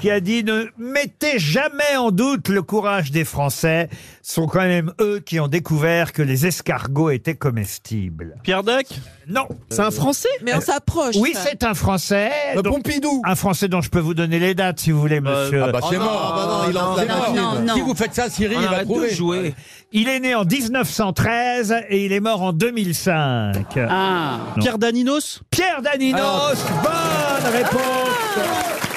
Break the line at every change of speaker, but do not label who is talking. qui a dit ne mettez jamais en doute le courage des Français. Ce sont quand même eux qui ont découvert que les escargots étaient comestibles.
Pierre Dac
Non.
C'est un Français
Mais on s'approche.
Oui,
ça.
c'est un Français.
Euh,
donc-
Pompidou
un Français dont je peux vous donner les dates si vous voulez, monsieur.
Ah bah c'est mort.
il en
C'est
a
mort.
non, non.
Si vous faites ça, Siri,
Ah,
il va trouver.
jouer.
Il est né en 1913 et il est mort en 2005.
Pierre Daninos
Ah.
Pierre Daninos, bonne réponse